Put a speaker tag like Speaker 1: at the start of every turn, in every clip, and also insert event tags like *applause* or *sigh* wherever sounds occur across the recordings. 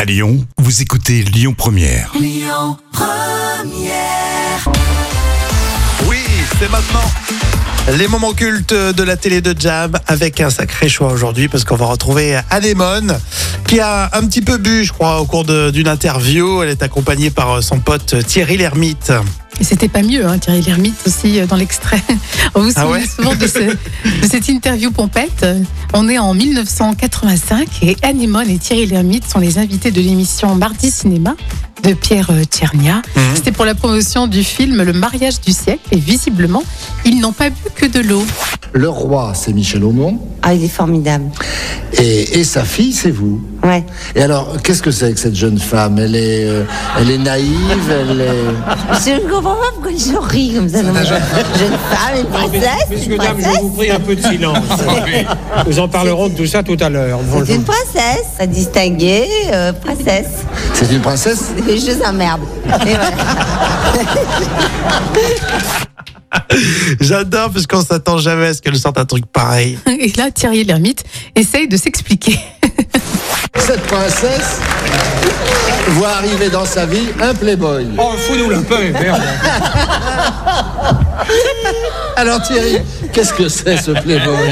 Speaker 1: À Lyon, vous écoutez Lyon Première.
Speaker 2: Oui, c'est maintenant les moments cultes de la télé de Jam avec un sacré choix aujourd'hui parce qu'on va retrouver Anémone qui a un petit peu bu, je crois, au cours de- d'une interview. Elle est accompagnée par euh, son pote Thierry Lhermitte.
Speaker 3: Et c'était pas mieux, hein, Thierry Lhermitte aussi euh, dans l'extrait. *laughs* On vous
Speaker 2: Ah
Speaker 3: souvient
Speaker 2: ouais
Speaker 3: souvent de, ce- de cette interview pompette. On est en 1985 et Anémone et Thierry Lhermitte sont les invités de l'émission Mardi Cinéma de Pierre euh, Tchernia.
Speaker 2: Mhm.
Speaker 3: C'était pour la promotion du film Le mariage du siècle et visiblement, ils n'ont pas bu que de l'eau. *laughs*
Speaker 4: Le roi, c'est Michel Aumont,
Speaker 5: Ah, il est formidable.
Speaker 4: et, et sa fille, c'est vous.
Speaker 5: Ouais.
Speaker 4: Et alors, qu'est-ce que c'est que cette jeune femme Elle est, euh, elle est naïve, elle est...
Speaker 5: Je ne comprends pas pourquoi ils rient comme ça. Non, mais jeune femme, une
Speaker 6: Mais-
Speaker 5: princesse, une
Speaker 6: Messieurs, dames, je
Speaker 5: princesse.
Speaker 6: vous prie un peu de silence. Nous en parlerons de tout ça tout à l'heure.
Speaker 5: C'est une princesse, très distinguée, euh, princesse.
Speaker 4: C'est une princesse
Speaker 5: Les jeux emmerdent. Et
Speaker 6: *laughs*
Speaker 5: voilà.
Speaker 2: J'adore parce qu'on s'attend jamais à ce qu'elle sorte un truc pareil.
Speaker 3: Et là, Thierry Lhermitte essaye de s'expliquer. *laughs*
Speaker 4: Cette princesse voit arriver dans sa vie un playboy.
Speaker 6: Oh, fous-nous la paix, merde.
Speaker 4: Alors Thierry, qu'est-ce que c'est ce playboy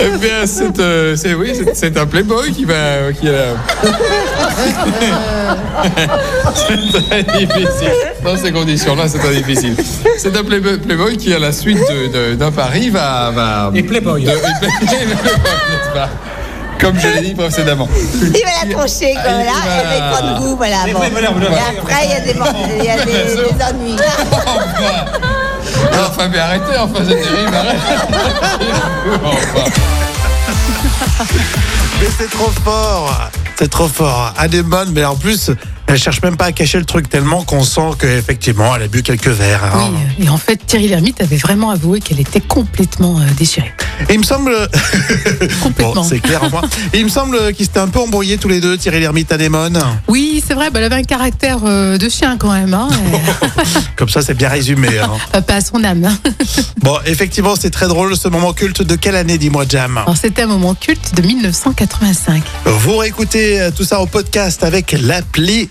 Speaker 7: Eh bien, c'est euh, c'est- oui, c'est- c'est un playboy qui va qui euh, a- *laughs* c'est très difficile. Dans ces conditions-là, c'est très difficile. C'est un playboy, playboy qui, à la suite de- de- d'un pari, va va.
Speaker 6: Les playboys.
Speaker 7: de- les play- les playboys, n'est-ce pas Comme je l'ai dit précédemment.
Speaker 5: Il va la trancher comme
Speaker 7: Ah, il
Speaker 5: là,
Speaker 7: va-
Speaker 5: avec trop de goût, voilà.
Speaker 6: Mais
Speaker 5: bon.
Speaker 6: oui, voilà, voilà.
Speaker 5: Et après, il y a des, mor- il y a des, des ennuis.
Speaker 7: Alors, enfin, mais arrêtez, enfin, c'est terrible, arrêtez. *laughs* Enfin.
Speaker 2: Mais c'est trop fort C'est trop fort. Anémone, mais en plus, elle cherche même pas à cacher le truc tellement qu'on sent qu'effectivement, elle a bu quelques verres.
Speaker 3: Oui,
Speaker 2: hein.
Speaker 3: euh, et en fait, Thierry Lhermitte avait vraiment avoué qu'elle était complètement euh, déchirée.
Speaker 2: Et il me semble... *laughs* Bon,
Speaker 3: Complètement.
Speaker 2: c'est clair, moi. Et il me semble qu'ils s'étaient un peu embrouillés tous les deux, Thierry Lhermitte Anémone.
Speaker 3: Oui, c'est vrai, bah, elle avait un caractère euh, de chien quand
Speaker 2: *laughs*
Speaker 3: même, hein, et-
Speaker 2: Comme ça, c'est bien résumé. hein.
Speaker 3: euh, pas à son âme.
Speaker 2: Bon, effectivement, c'est très drôle ce moment culte. De quelle année, dis-moi, Jam
Speaker 3: *laughs* Alors, C'était un moment culte de 1985.
Speaker 2: Vous réécoutez euh, tout ça au podcast avec l'appli